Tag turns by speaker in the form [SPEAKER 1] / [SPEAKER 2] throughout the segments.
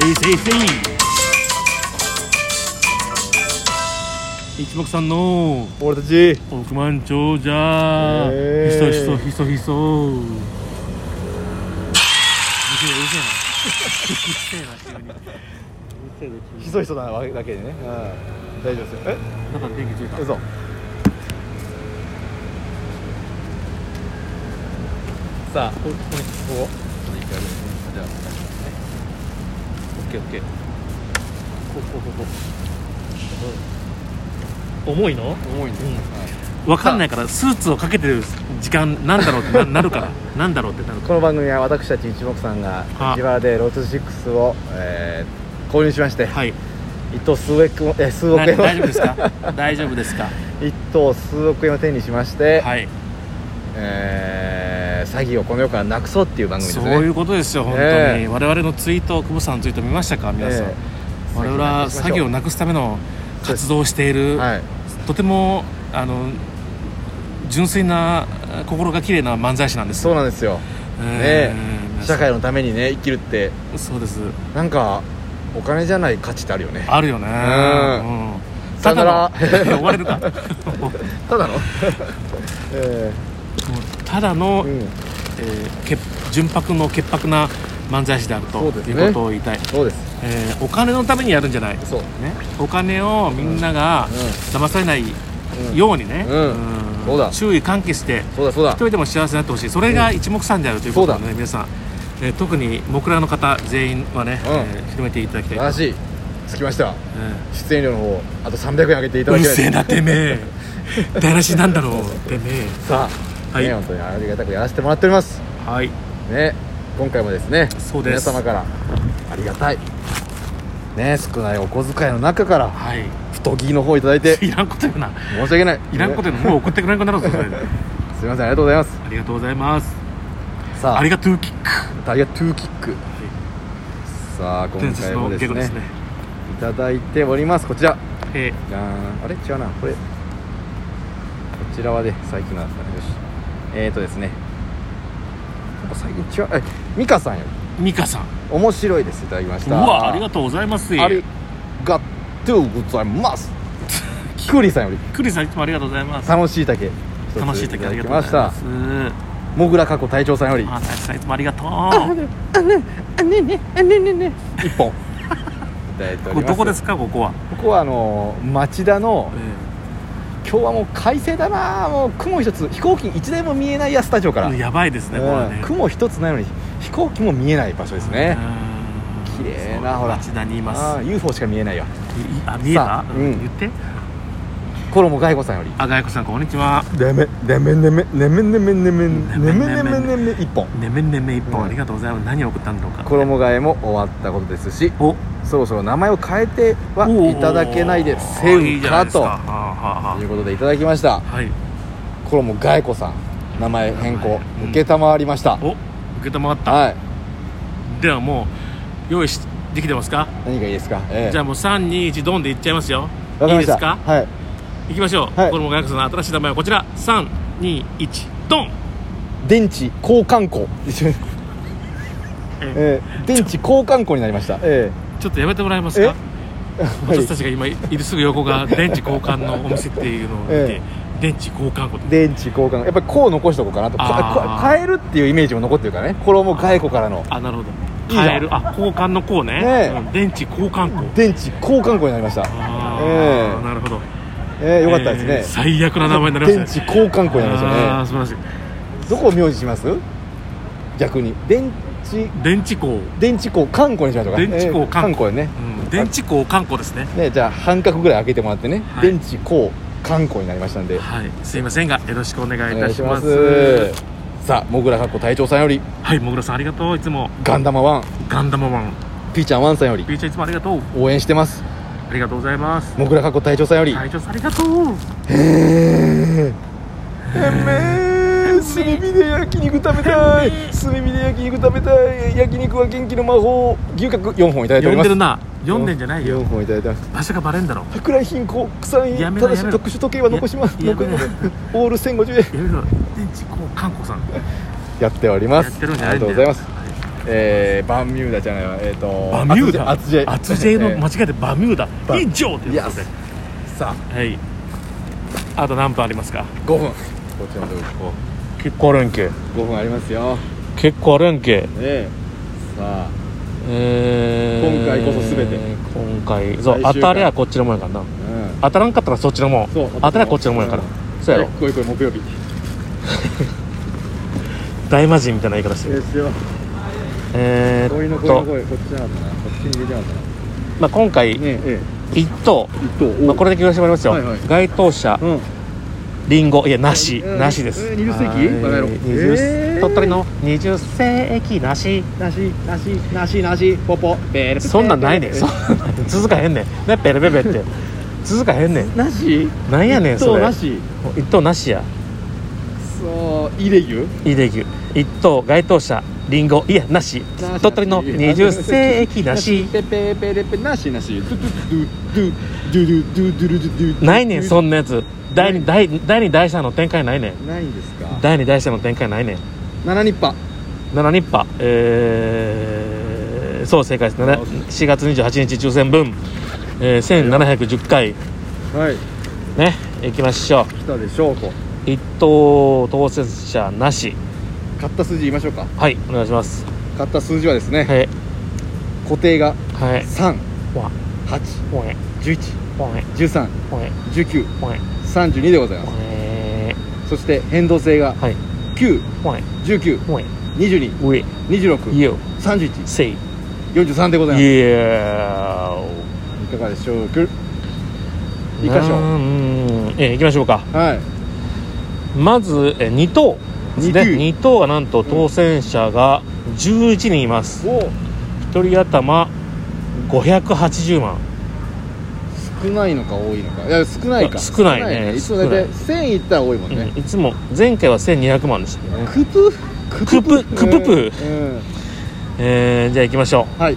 [SPEAKER 1] せいせいせい一目散の
[SPEAKER 2] 俺たち
[SPEAKER 1] 億万長者、
[SPEAKER 2] えー
[SPEAKER 1] ひそひそひそひそうるせえなうるせえなうるせえな急にうるせえな急に
[SPEAKER 2] ひそひそなわけだけでね、うん、大丈夫ですよえ
[SPEAKER 1] なんか電気ついた
[SPEAKER 2] 嘘さあここここじゃあオッケーオッケーここここ
[SPEAKER 3] 重いの
[SPEAKER 2] 重いんです、
[SPEAKER 1] わかんないからスーツをかけてる時間なんだろうってななるからなんだろうってなるか
[SPEAKER 2] この番組は私たち一目さんが
[SPEAKER 1] あ
[SPEAKER 2] 自腹でロト6を、えー購入しまして、
[SPEAKER 1] らはい
[SPEAKER 2] 一等数億円え数億
[SPEAKER 1] な
[SPEAKER 2] 円を
[SPEAKER 1] 大丈夫ですか大丈夫ですか
[SPEAKER 2] 一等数億円を手にしまして、
[SPEAKER 1] はい
[SPEAKER 2] えー詐欺をこの世からなくそうっていう番組です
[SPEAKER 1] そ
[SPEAKER 2] ね
[SPEAKER 1] ういうことですよ本当に、
[SPEAKER 2] ええ
[SPEAKER 1] 我々のツイート久保さんのツイート見ましたか皆さん、
[SPEAKER 2] ええ
[SPEAKER 1] 我々は
[SPEAKER 2] 詐
[SPEAKER 1] 詐
[SPEAKER 2] 欺
[SPEAKER 1] 欺
[SPEAKER 2] を
[SPEAKER 1] をなくすための活動をしている、
[SPEAKER 2] はい
[SPEAKER 1] とてもあの純粋な心が綺麗な漫才師なんです
[SPEAKER 2] そうなんですよ
[SPEAKER 1] ええ
[SPEAKER 2] 社会のためにね生きるって
[SPEAKER 1] そうです
[SPEAKER 2] なんかお金じゃない価値ってあるよね
[SPEAKER 1] あるよね
[SPEAKER 2] ん
[SPEAKER 1] うん
[SPEAKER 2] さよなら
[SPEAKER 1] ただの 終われるかも
[SPEAKER 2] ただの え
[SPEAKER 1] うただの
[SPEAKER 2] ー、うん
[SPEAKER 1] えー潔純白の潔白な漫才師であると
[SPEAKER 2] そうですね
[SPEAKER 1] いうことを言いたい、
[SPEAKER 2] そうです
[SPEAKER 1] えーお金のためにやるんじゃない、ね、
[SPEAKER 2] そう
[SPEAKER 1] お金をみんなが
[SPEAKER 2] うん
[SPEAKER 1] 騙されない
[SPEAKER 2] うん
[SPEAKER 1] ようにね、
[SPEAKER 2] うん
[SPEAKER 1] ん
[SPEAKER 2] そうだ
[SPEAKER 1] 注意喚起して
[SPEAKER 2] そうだそう
[SPEAKER 1] 一
[SPEAKER 2] だ
[SPEAKER 1] 人でも幸せになってほしいそれが一目散であるということなので、皆さん、えー特に僕らの方全員はね、
[SPEAKER 2] うん
[SPEAKER 1] えー広めていただきた
[SPEAKER 2] 素
[SPEAKER 1] い
[SPEAKER 2] 晴、らしいつきました
[SPEAKER 1] えー
[SPEAKER 2] 出演料の方あと300円上げていた
[SPEAKER 1] う
[SPEAKER 2] だ
[SPEAKER 1] る
[SPEAKER 2] きたい
[SPEAKER 1] せえなてめ え台無しなんだろうてめえ
[SPEAKER 2] さあ、
[SPEAKER 1] はい
[SPEAKER 2] ね本当にありがたくやらせてもらっております
[SPEAKER 1] はい
[SPEAKER 2] ね今回もですね
[SPEAKER 1] そうです
[SPEAKER 2] 皆様からありがたいね少ないお小遣いの中から
[SPEAKER 1] はい
[SPEAKER 2] 太着の方いただ いて
[SPEAKER 1] いらんこと言うな
[SPEAKER 2] 申し訳ない
[SPEAKER 1] いらんこと言うなもう送ってくれなくなるぞ それで
[SPEAKER 2] すいませんありがとうございます
[SPEAKER 1] ありがとうございます
[SPEAKER 2] さあ
[SPEAKER 1] ありがとうキック
[SPEAKER 2] タイヤトゥーキック、さあ今
[SPEAKER 1] 伝説
[SPEAKER 2] 回も
[SPEAKER 1] の
[SPEAKER 2] です
[SPEAKER 1] ゲ
[SPEAKER 2] ね
[SPEAKER 1] ゴですね
[SPEAKER 2] いただいておりますこちら
[SPEAKER 1] え
[SPEAKER 2] じゃーんあれ違うなこれこちらはね最近のだったねよしえーとですねなんか最近違うえミカさんより
[SPEAKER 1] ーミカさん
[SPEAKER 2] 面白いですいただきまし
[SPEAKER 1] う
[SPEAKER 2] た
[SPEAKER 1] わありがとうございます
[SPEAKER 2] ありがとうござ いますキクリさんより
[SPEAKER 1] クリさんいつもありがとうございます
[SPEAKER 2] 楽しい竹
[SPEAKER 1] 楽しい
[SPEAKER 2] 竹
[SPEAKER 1] 時ありがとう
[SPEAKER 2] ま
[SPEAKER 1] ご
[SPEAKER 2] し
[SPEAKER 1] ざいま
[SPEAKER 2] た
[SPEAKER 1] す
[SPEAKER 2] もぐらかっこ隊長さんより
[SPEAKER 1] あたくさんいつもあり がとう
[SPEAKER 2] 一本いただいており
[SPEAKER 1] こ
[SPEAKER 2] ま
[SPEAKER 1] れどこです
[SPEAKER 2] か
[SPEAKER 1] かここは
[SPEAKER 2] ここはあのー町田の今日はもう快晴だなもう雲一つ飛行機一台も見えないやスタジオから、
[SPEAKER 1] ええやばいですねこれは
[SPEAKER 2] うん
[SPEAKER 1] ね
[SPEAKER 2] 雲一つないのに飛行機も見えない場所ですね
[SPEAKER 1] うん
[SPEAKER 2] 綺麗な
[SPEAKER 1] そう
[SPEAKER 2] ほら
[SPEAKER 1] 町田にい
[SPEAKER 2] あ
[SPEAKER 1] ま
[SPEAKER 2] ー UFO しか見えないよ
[SPEAKER 1] すいいあ見えた
[SPEAKER 2] さあ
[SPEAKER 1] う
[SPEAKER 2] うん
[SPEAKER 1] ん言って
[SPEAKER 2] 衣がいこさんより
[SPEAKER 1] あがやこさんこんにちは
[SPEAKER 2] ねめねめねめねめねめねめねめ
[SPEAKER 1] ねめ
[SPEAKER 2] ね
[SPEAKER 1] ねめ
[SPEAKER 2] めねめ一本
[SPEAKER 1] ねめねめ一
[SPEAKER 2] うん
[SPEAKER 1] 本ありがとうございます何を送ったんだろうか
[SPEAKER 2] 衣替えも終わったことですし
[SPEAKER 1] お
[SPEAKER 2] そろそろ名前を変えては
[SPEAKER 1] おー
[SPEAKER 2] いただけないでせ
[SPEAKER 1] いいうじゃな
[SPEAKER 2] か
[SPEAKER 1] いです
[SPEAKER 2] と
[SPEAKER 1] はあはあは
[SPEAKER 2] いうことでいただきました
[SPEAKER 1] あはい
[SPEAKER 2] 衣がいこさん名前変更
[SPEAKER 1] うん
[SPEAKER 2] 承りました
[SPEAKER 1] お受け止まった
[SPEAKER 2] はい
[SPEAKER 1] ではもう用意しできてますか
[SPEAKER 2] 何がいいですかええ
[SPEAKER 1] じゃあもう321ドンでいっちゃいますよ
[SPEAKER 2] わか
[SPEAKER 1] い
[SPEAKER 2] り
[SPEAKER 1] いで
[SPEAKER 2] まし
[SPEAKER 1] す
[SPEAKER 2] た
[SPEAKER 1] か
[SPEAKER 2] はい
[SPEAKER 1] いきましょう
[SPEAKER 2] はい
[SPEAKER 1] これもがやこさんの新しい名前はこちら321ドン
[SPEAKER 2] 電池交換庫え
[SPEAKER 1] え
[SPEAKER 2] え電池交換庫になりましたえ
[SPEAKER 1] ちょっとやめてもらえますか
[SPEAKER 2] え はい
[SPEAKER 1] 私たちが今いるすぐ横が電池交換のお店っていうのを見て
[SPEAKER 2] え
[SPEAKER 1] 電池交換庫って
[SPEAKER 2] 電池交換やっぱりこう残しておこうかなとこ
[SPEAKER 1] あー
[SPEAKER 2] こ変えるっていうイメージも残ってるからね衣替え庫からの
[SPEAKER 1] あなるほど
[SPEAKER 2] いいじゃん
[SPEAKER 1] 変えるあ交換のこうね
[SPEAKER 2] ねえ
[SPEAKER 1] うん電池交換庫
[SPEAKER 2] 電池交換庫になりましたえ
[SPEAKER 1] あ
[SPEAKER 2] え
[SPEAKER 1] あなるほど
[SPEAKER 2] ええよかった
[SPEAKER 1] えー
[SPEAKER 2] ですね、
[SPEAKER 1] 最悪な名前になりました
[SPEAKER 2] 電池交換庫になりました
[SPEAKER 1] あ
[SPEAKER 2] ね
[SPEAKER 1] あ素晴らしい
[SPEAKER 2] どこを名字します逆に電池
[SPEAKER 1] 電池工、うん、
[SPEAKER 2] 電池庫換庫にしましょうか
[SPEAKER 1] 電池庫
[SPEAKER 2] え
[SPEAKER 1] 換
[SPEAKER 2] え
[SPEAKER 1] 庫
[SPEAKER 2] 換庫よね
[SPEAKER 1] 電池工観光ですね
[SPEAKER 2] ねじゃあ半角ぐらい開けてもらってね、
[SPEAKER 1] はい
[SPEAKER 2] 電池庫換庫になりましたんで
[SPEAKER 1] はいすいませんがよろしくお願い
[SPEAKER 2] お
[SPEAKER 1] いた
[SPEAKER 2] 願い
[SPEAKER 1] し
[SPEAKER 2] し
[SPEAKER 1] ま
[SPEAKER 2] ますすさあもぐらかっこ隊長さんより
[SPEAKER 1] はいもぐらさんありがとういつも
[SPEAKER 2] ガンダマワン
[SPEAKER 1] ガンダムマン
[SPEAKER 2] ピーちゃんワンさんより
[SPEAKER 1] ピーちゃんいつもありがとう
[SPEAKER 2] 応援してます
[SPEAKER 1] ありがとうございます
[SPEAKER 2] もぐらかっこ隊長さんより
[SPEAKER 1] 隊長さんありがとう
[SPEAKER 2] えー、炭火で焼肉食べたい炭火で焼肉食べたい焼肉は元気の魔法牛角4本いただいてお
[SPEAKER 1] 呼
[SPEAKER 2] り
[SPEAKER 1] ん
[SPEAKER 2] ま
[SPEAKER 1] でするな読んでんじゃないよ
[SPEAKER 2] 4本いただいてます
[SPEAKER 1] 場所がバレんだろ
[SPEAKER 2] 舶来品国産
[SPEAKER 1] や
[SPEAKER 2] 品
[SPEAKER 1] め
[SPEAKER 2] た
[SPEAKER 1] ろ
[SPEAKER 2] だし
[SPEAKER 1] やめろ
[SPEAKER 2] 特殊時計は残します
[SPEAKER 1] やや
[SPEAKER 2] 残
[SPEAKER 1] め
[SPEAKER 2] り
[SPEAKER 1] ろ
[SPEAKER 2] ます オール1050円
[SPEAKER 1] やめろ電池工観光さん
[SPEAKER 2] やっておりま
[SPEAKER 1] や
[SPEAKER 2] す
[SPEAKER 1] ってるんじゃ
[SPEAKER 2] あ
[SPEAKER 1] ない
[SPEAKER 2] り
[SPEAKER 1] んだ
[SPEAKER 2] がとう
[SPEAKER 1] よ
[SPEAKER 2] ございま
[SPEAKER 1] は
[SPEAKER 2] すええー、バンミューダじゃないわえっ、と
[SPEAKER 1] バミューダ
[SPEAKER 2] アツジェ
[SPEAKER 1] 厚ジェイの間
[SPEAKER 2] マ
[SPEAKER 1] 違えてバミューダ
[SPEAKER 2] バ
[SPEAKER 1] 以上ということで
[SPEAKER 2] Yes さあ
[SPEAKER 1] はいあと何分ありますか
[SPEAKER 2] 5分こっちのとこ
[SPEAKER 1] 結構あるんけ
[SPEAKER 2] 5分ありますよね
[SPEAKER 1] 結構あるんけ
[SPEAKER 2] えさあ
[SPEAKER 1] 今
[SPEAKER 2] 今回こそ全て
[SPEAKER 1] 今回そう
[SPEAKER 2] 最
[SPEAKER 1] 当
[SPEAKER 2] 終回
[SPEAKER 1] たりゃこっちのもんやからな
[SPEAKER 2] うん
[SPEAKER 1] 当たらんかったらそっちのもん
[SPEAKER 2] そう
[SPEAKER 1] 当たりゃこっちのもんやから
[SPEAKER 2] ん
[SPEAKER 1] そうやろ
[SPEAKER 2] こいこい木曜日
[SPEAKER 1] 大魔神みたいな言い方してる
[SPEAKER 2] ですよ
[SPEAKER 1] え
[SPEAKER 2] 恋
[SPEAKER 1] ー
[SPEAKER 2] の
[SPEAKER 1] っ
[SPEAKER 2] 恋の
[SPEAKER 1] と、
[SPEAKER 2] 恋こっちじゃなかったなこっちに出てなかったなね
[SPEAKER 1] まあ、今回
[SPEAKER 2] ええ
[SPEAKER 1] 一等
[SPEAKER 2] え一等
[SPEAKER 1] まあ、こ
[SPEAKER 2] れ
[SPEAKER 1] れで決まりますよ、
[SPEAKER 2] はいはい
[SPEAKER 1] 該当者
[SPEAKER 2] うん
[SPEAKER 1] リンゴいやなし
[SPEAKER 2] うん
[SPEAKER 1] なしです
[SPEAKER 2] うん20世紀
[SPEAKER 1] はい
[SPEAKER 2] バカ野郎
[SPEAKER 1] 20
[SPEAKER 2] えー
[SPEAKER 1] 鳥取の20世紀なし
[SPEAKER 2] なしなしなしなしポポベル
[SPEAKER 1] そんなんないねんそん
[SPEAKER 2] な
[SPEAKER 1] なんない続かへんねんねペレペペ って続かへんねん
[SPEAKER 2] なし
[SPEAKER 1] なんやねん
[SPEAKER 2] 一等
[SPEAKER 1] それ
[SPEAKER 2] なし
[SPEAKER 1] 一等なしや
[SPEAKER 2] そうイレギュ
[SPEAKER 1] いいでき一等該当者リンゴいやなし
[SPEAKER 2] なし
[SPEAKER 1] 鳥取の20世紀なし
[SPEAKER 2] ペペペレペなしなしドゥドゥドゥドゥドゥドゥドゥドゥドゥドゥ
[SPEAKER 1] ないねんそんなやつ第
[SPEAKER 2] な
[SPEAKER 1] 2第第二第3の展開ないねん
[SPEAKER 2] ないんですか
[SPEAKER 1] 第2第3の展開ないねん
[SPEAKER 2] 七ニッパ
[SPEAKER 1] 7日波えー、そう正解ですね4月28日抽選分、えー、1710回
[SPEAKER 2] はい
[SPEAKER 1] ね行きましょう
[SPEAKER 2] 来たでしょうこ
[SPEAKER 1] 一等当選者なし
[SPEAKER 2] 買った数字言いましょうか
[SPEAKER 1] はいお願いします
[SPEAKER 2] 買った数字はですね
[SPEAKER 1] はい
[SPEAKER 2] 固定が
[SPEAKER 1] はい
[SPEAKER 2] 三
[SPEAKER 1] わ
[SPEAKER 2] 八
[SPEAKER 1] おえ
[SPEAKER 2] 十一
[SPEAKER 1] おえ
[SPEAKER 2] 十三
[SPEAKER 1] おえ
[SPEAKER 2] 十九
[SPEAKER 1] おえ
[SPEAKER 2] 三十二でござい
[SPEAKER 1] お
[SPEAKER 2] ま
[SPEAKER 1] え
[SPEAKER 2] すそして変動性が
[SPEAKER 1] はい
[SPEAKER 2] 九
[SPEAKER 1] おえ
[SPEAKER 2] 十九
[SPEAKER 1] おえ
[SPEAKER 2] 二十二
[SPEAKER 1] うえ
[SPEAKER 2] 二十六
[SPEAKER 1] いよ
[SPEAKER 2] 三十一
[SPEAKER 1] せいい
[SPEAKER 2] 四十三でございま
[SPEAKER 1] や
[SPEAKER 2] すいかがでしょうか
[SPEAKER 1] い
[SPEAKER 2] いかしょう
[SPEAKER 1] うんえー、行きましょうか
[SPEAKER 2] はい
[SPEAKER 1] まず、えー、2等ですね
[SPEAKER 2] 二級
[SPEAKER 1] 2等はなんと当選者が11人います
[SPEAKER 2] お
[SPEAKER 1] 一人頭580万
[SPEAKER 2] 少ないのか多いのかいや少ないか
[SPEAKER 1] いや少ないね
[SPEAKER 2] いつも大体1000いったら多いもんね
[SPEAKER 1] うんいつも前回は1200万でしたけどね、
[SPEAKER 2] クプ
[SPEAKER 1] クプクププ
[SPEAKER 2] うんうん
[SPEAKER 1] えーじゃあ行きましょ
[SPEAKER 2] はいう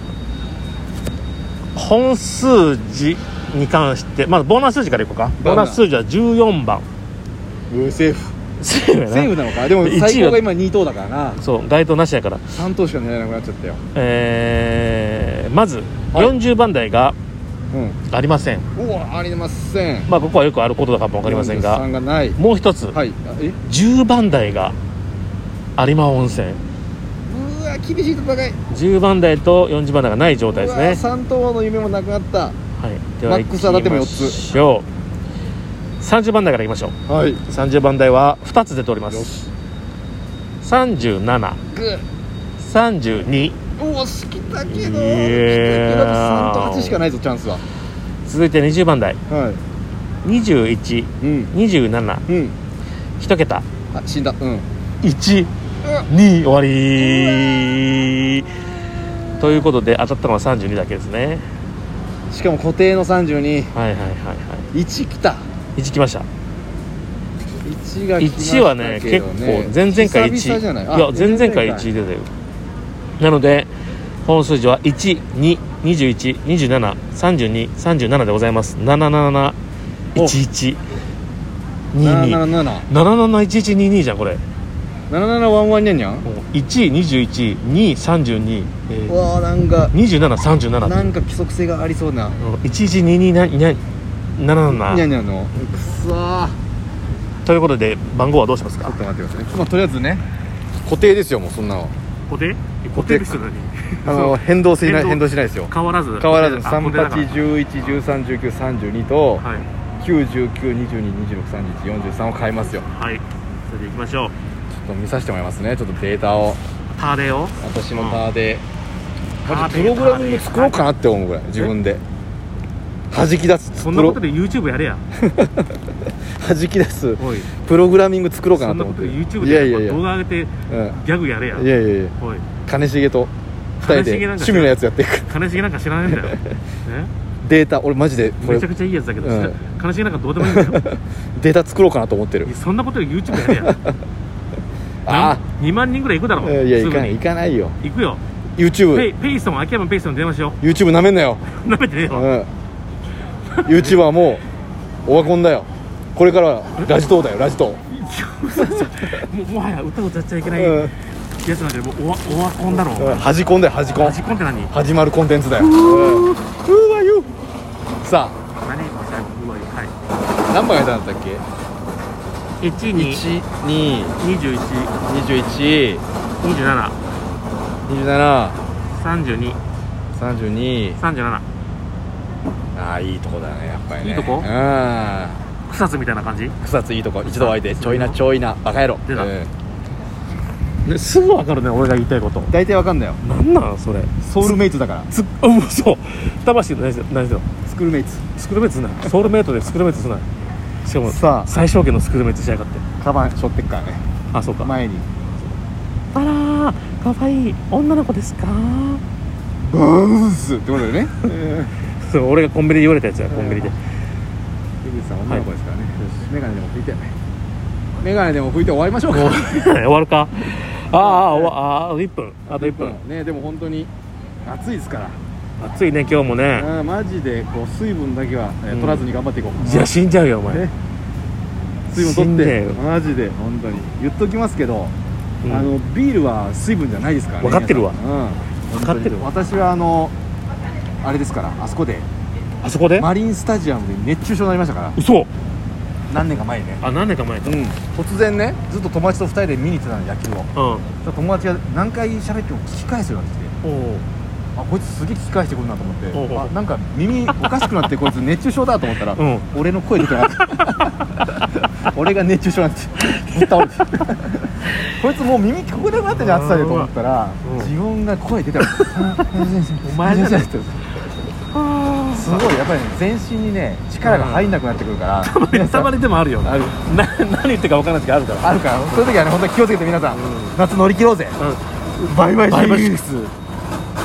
[SPEAKER 1] 本数字に関してまずボーナス数字からいこうかボ
[SPEAKER 2] ボ
[SPEAKER 1] ー
[SPEAKER 2] ー
[SPEAKER 1] ナ
[SPEAKER 2] ナ
[SPEAKER 1] ス
[SPEAKER 2] ス
[SPEAKER 1] 数字は14番
[SPEAKER 2] うわセーフ
[SPEAKER 1] セーフやな
[SPEAKER 2] セーフなのかでも
[SPEAKER 1] 一位は
[SPEAKER 2] 最高が今2等だからな
[SPEAKER 1] そう該当なしやから
[SPEAKER 2] 3等しか狙えなくなっちゃったよ
[SPEAKER 1] えーまず
[SPEAKER 2] はい
[SPEAKER 1] 40番台がありません、
[SPEAKER 2] うんうわありません
[SPEAKER 1] まあここはよくあることだかも分かりませんが
[SPEAKER 2] 3がない
[SPEAKER 1] もう一つ、
[SPEAKER 2] はいあえ
[SPEAKER 1] 10番台が有馬温泉
[SPEAKER 2] うわ厳しい戦い
[SPEAKER 1] 10番台と40番台がない状態ですね
[SPEAKER 2] 3等の夢もなくなった
[SPEAKER 1] はい、では
[SPEAKER 2] マックス当たっても四つ
[SPEAKER 1] 行きましょう30番台からいきましょう
[SPEAKER 2] はいよ
[SPEAKER 1] 30番台は2つ出ております
[SPEAKER 2] し
[SPEAKER 1] 3732
[SPEAKER 2] グーおお好きだけど好きだけど
[SPEAKER 1] いやー
[SPEAKER 2] 3と8しかないぞチャンスは
[SPEAKER 1] 続いて20番台
[SPEAKER 2] は
[SPEAKER 1] 2127
[SPEAKER 2] いうんうん
[SPEAKER 1] 一桁
[SPEAKER 2] あ死んだうん
[SPEAKER 1] 12終わりということで当たったのは32だけですね
[SPEAKER 2] しかも固定の
[SPEAKER 1] は
[SPEAKER 2] 321
[SPEAKER 1] いはいはいは
[SPEAKER 2] 来た
[SPEAKER 1] い1来ました
[SPEAKER 2] 1が来ました
[SPEAKER 1] 1はね
[SPEAKER 2] け
[SPEAKER 1] 結
[SPEAKER 2] ど
[SPEAKER 1] 構
[SPEAKER 2] ね
[SPEAKER 1] 前々回1
[SPEAKER 2] 久々じゃないあ
[SPEAKER 1] や前々回
[SPEAKER 2] 前
[SPEAKER 1] 1出てるなのでこの数字は12221273237でございます771122 771122
[SPEAKER 2] 7777
[SPEAKER 1] じゃんこれ
[SPEAKER 2] ワンワンニャンニャン
[SPEAKER 1] 1211232え
[SPEAKER 2] う
[SPEAKER 1] ー
[SPEAKER 2] わーなんかな
[SPEAKER 1] 2737
[SPEAKER 2] んか規則性がありそうなニャ
[SPEAKER 1] 112277
[SPEAKER 2] ンニャンのくそー
[SPEAKER 1] ということで番号はどうします
[SPEAKER 2] ちょ
[SPEAKER 1] か
[SPEAKER 2] っと待ってくださいねまあとりあえずね固定ですよもうそんなの
[SPEAKER 1] 固定
[SPEAKER 2] 固定です
[SPEAKER 1] よね
[SPEAKER 2] あの変動しな
[SPEAKER 1] 変
[SPEAKER 2] い
[SPEAKER 1] 動
[SPEAKER 2] 変動しないですよ
[SPEAKER 1] 変わらず
[SPEAKER 2] 変わらず
[SPEAKER 1] あ固定だから
[SPEAKER 2] 3811131932と
[SPEAKER 1] はい
[SPEAKER 2] 91922263143を変えますよ
[SPEAKER 1] はいそれでいきましょう
[SPEAKER 2] ちょっと見させてもらいますねちょっとデータを
[SPEAKER 1] ターレを
[SPEAKER 2] 私のターで、
[SPEAKER 1] うん
[SPEAKER 2] マジプログラミング作ろうかなって思うぐらい自分で弾き出す
[SPEAKER 1] そんなこと
[SPEAKER 2] プ
[SPEAKER 1] で YouTube やれや
[SPEAKER 2] ロ弾き出す
[SPEAKER 1] おい
[SPEAKER 2] プログラミング作ろうか
[SPEAKER 1] そ
[SPEAKER 2] なんと
[SPEAKER 1] な
[SPEAKER 2] 思
[SPEAKER 1] こ
[SPEAKER 2] っ
[SPEAKER 1] と
[SPEAKER 2] て
[SPEAKER 1] で YouTube
[SPEAKER 2] いやいやい
[SPEAKER 1] で
[SPEAKER 2] や、
[SPEAKER 1] 動
[SPEAKER 2] う
[SPEAKER 1] 画上げてギャグやれや
[SPEAKER 2] ん、いやいやいや
[SPEAKER 1] おい
[SPEAKER 2] 金重と2人で
[SPEAKER 1] 金重なんか知らん
[SPEAKER 2] 趣味のやつやっていく
[SPEAKER 1] 悲しげなんか知らないんだよね
[SPEAKER 2] データ俺マジでこ
[SPEAKER 1] め
[SPEAKER 2] れ
[SPEAKER 1] ちゃくちゃいいやつだけど
[SPEAKER 2] うん
[SPEAKER 1] 悲しげなんかどうでもいいんだよ
[SPEAKER 2] データ作ろうかなと思ってる
[SPEAKER 1] いやそんなことで YouTube やれや
[SPEAKER 2] あ
[SPEAKER 1] 2万人ぐらい行くだ
[SPEAKER 2] あ
[SPEAKER 1] ろ
[SPEAKER 2] いや
[SPEAKER 1] す
[SPEAKER 2] い
[SPEAKER 1] ぐ
[SPEAKER 2] かな
[SPEAKER 1] に
[SPEAKER 2] いいかないよ
[SPEAKER 1] 行くよペイ
[SPEAKER 2] YouTubeYouTube
[SPEAKER 1] ペイストン秋山ペイストンに電話しよ
[SPEAKER 2] なめんなよ、
[SPEAKER 1] うなめてねえ
[SPEAKER 2] う
[SPEAKER 1] よ
[SPEAKER 2] ん、YouTuber はもうオワコンだよこれからはラジトーだよラジト
[SPEAKER 1] もうもはや歌を歌っちゃいけない
[SPEAKER 2] ー、うん、
[SPEAKER 1] やつなんてもうオワオワコンだろ
[SPEAKER 2] うん端コンだよ端コン
[SPEAKER 1] 端コンって何
[SPEAKER 2] 始まるコンテンツだようんうわよさ
[SPEAKER 1] 何今最後うまいはい
[SPEAKER 2] あ何番が出たんだったっけ
[SPEAKER 1] 1 2
[SPEAKER 2] 1 2
[SPEAKER 1] 21
[SPEAKER 2] 21
[SPEAKER 1] 27
[SPEAKER 2] 27
[SPEAKER 1] 32
[SPEAKER 2] 32
[SPEAKER 1] 37
[SPEAKER 2] ああいいとこだねやっぱりね
[SPEAKER 1] いいとこ
[SPEAKER 2] うん
[SPEAKER 1] 草津みたいな感じ
[SPEAKER 2] 草津いいとこ一度湧いてちょいなちょいなバカ野郎
[SPEAKER 1] 出た
[SPEAKER 2] うん
[SPEAKER 1] ねすぐ分かるね俺が言いたいこと
[SPEAKER 2] 大体わかんだよ
[SPEAKER 1] なんなんそれ
[SPEAKER 2] ソウルメイトだから
[SPEAKER 1] つ あもうそう魂の何しろ何しろ
[SPEAKER 2] スクールメイト
[SPEAKER 1] スクールメイトすなソウルメイトでスクールメイトすなしかも
[SPEAKER 2] さあ
[SPEAKER 1] 最小限のスクールメイトしやがって
[SPEAKER 2] カバン背負ってっからね
[SPEAKER 1] あそうか
[SPEAKER 2] 前に
[SPEAKER 1] あらーかわいい女の子ですか
[SPEAKER 2] ブースってことだよねうん
[SPEAKER 1] そう俺がコンビニで言われたやつやコンビニで
[SPEAKER 2] 井口さん女の子ですからね、よし眼鏡でも拭いて眼鏡でも拭いて終わりましょうか
[SPEAKER 1] 終わるかあーあー終わあーあと1分あと1分
[SPEAKER 2] うんねでも本当に暑いですから
[SPEAKER 1] 暑いね今日もね
[SPEAKER 2] うんマジでこう水分だけはえー
[SPEAKER 1] うん
[SPEAKER 2] 取らずに頑張っていこう、
[SPEAKER 1] いや死んじゃうよお前
[SPEAKER 2] ね水
[SPEAKER 1] 死
[SPEAKER 2] 分
[SPEAKER 1] ん
[SPEAKER 2] 取っ
[SPEAKER 1] で
[SPEAKER 2] て
[SPEAKER 1] よ
[SPEAKER 2] マジで本当に言っときますけど、
[SPEAKER 1] うん
[SPEAKER 2] あのビールは水分じゃないですからね
[SPEAKER 1] わかってるわ
[SPEAKER 2] 皆さんうん
[SPEAKER 1] わかってるわ
[SPEAKER 2] 本当に私はあのあれですからあそこで
[SPEAKER 1] あそこで
[SPEAKER 2] マリンスタジアムで熱中症になりましたから
[SPEAKER 1] 嘘
[SPEAKER 2] 何年か前にね
[SPEAKER 1] あ何年か前か
[SPEAKER 2] うん突然ねずっと友達と2人で見に行ってたの野球
[SPEAKER 1] う
[SPEAKER 2] を
[SPEAKER 1] んお
[SPEAKER 2] だから友達が何回喋っても聞き返すようになってきて
[SPEAKER 1] お
[SPEAKER 2] あこいつすげえ聞き返してくるなと思って
[SPEAKER 1] おうおう
[SPEAKER 2] あなんか耳おかしくなってこいつ熱中症だと思ったら、
[SPEAKER 1] うん
[SPEAKER 2] 俺の声出てなかった 俺が熱中症なんてぶっ倒れてこいつもう耳聞こえなくなったじゃん暑さでと思ったら、
[SPEAKER 1] うん
[SPEAKER 2] 自分が声出てなかった
[SPEAKER 1] お前じゃない
[SPEAKER 2] すごいやっぱりね全身にね力が入んなくなってくるから皆さ
[SPEAKER 1] た
[SPEAKER 2] ん
[SPEAKER 1] まにでもあるよ
[SPEAKER 2] ある
[SPEAKER 1] な何言ってるか分からない時あるから
[SPEAKER 2] あるからそういう時はね本当に気をつけて皆さん、夏乗り切ろうぜ
[SPEAKER 1] うん
[SPEAKER 2] バイバイ
[SPEAKER 1] バイバイ
[SPEAKER 2] シックス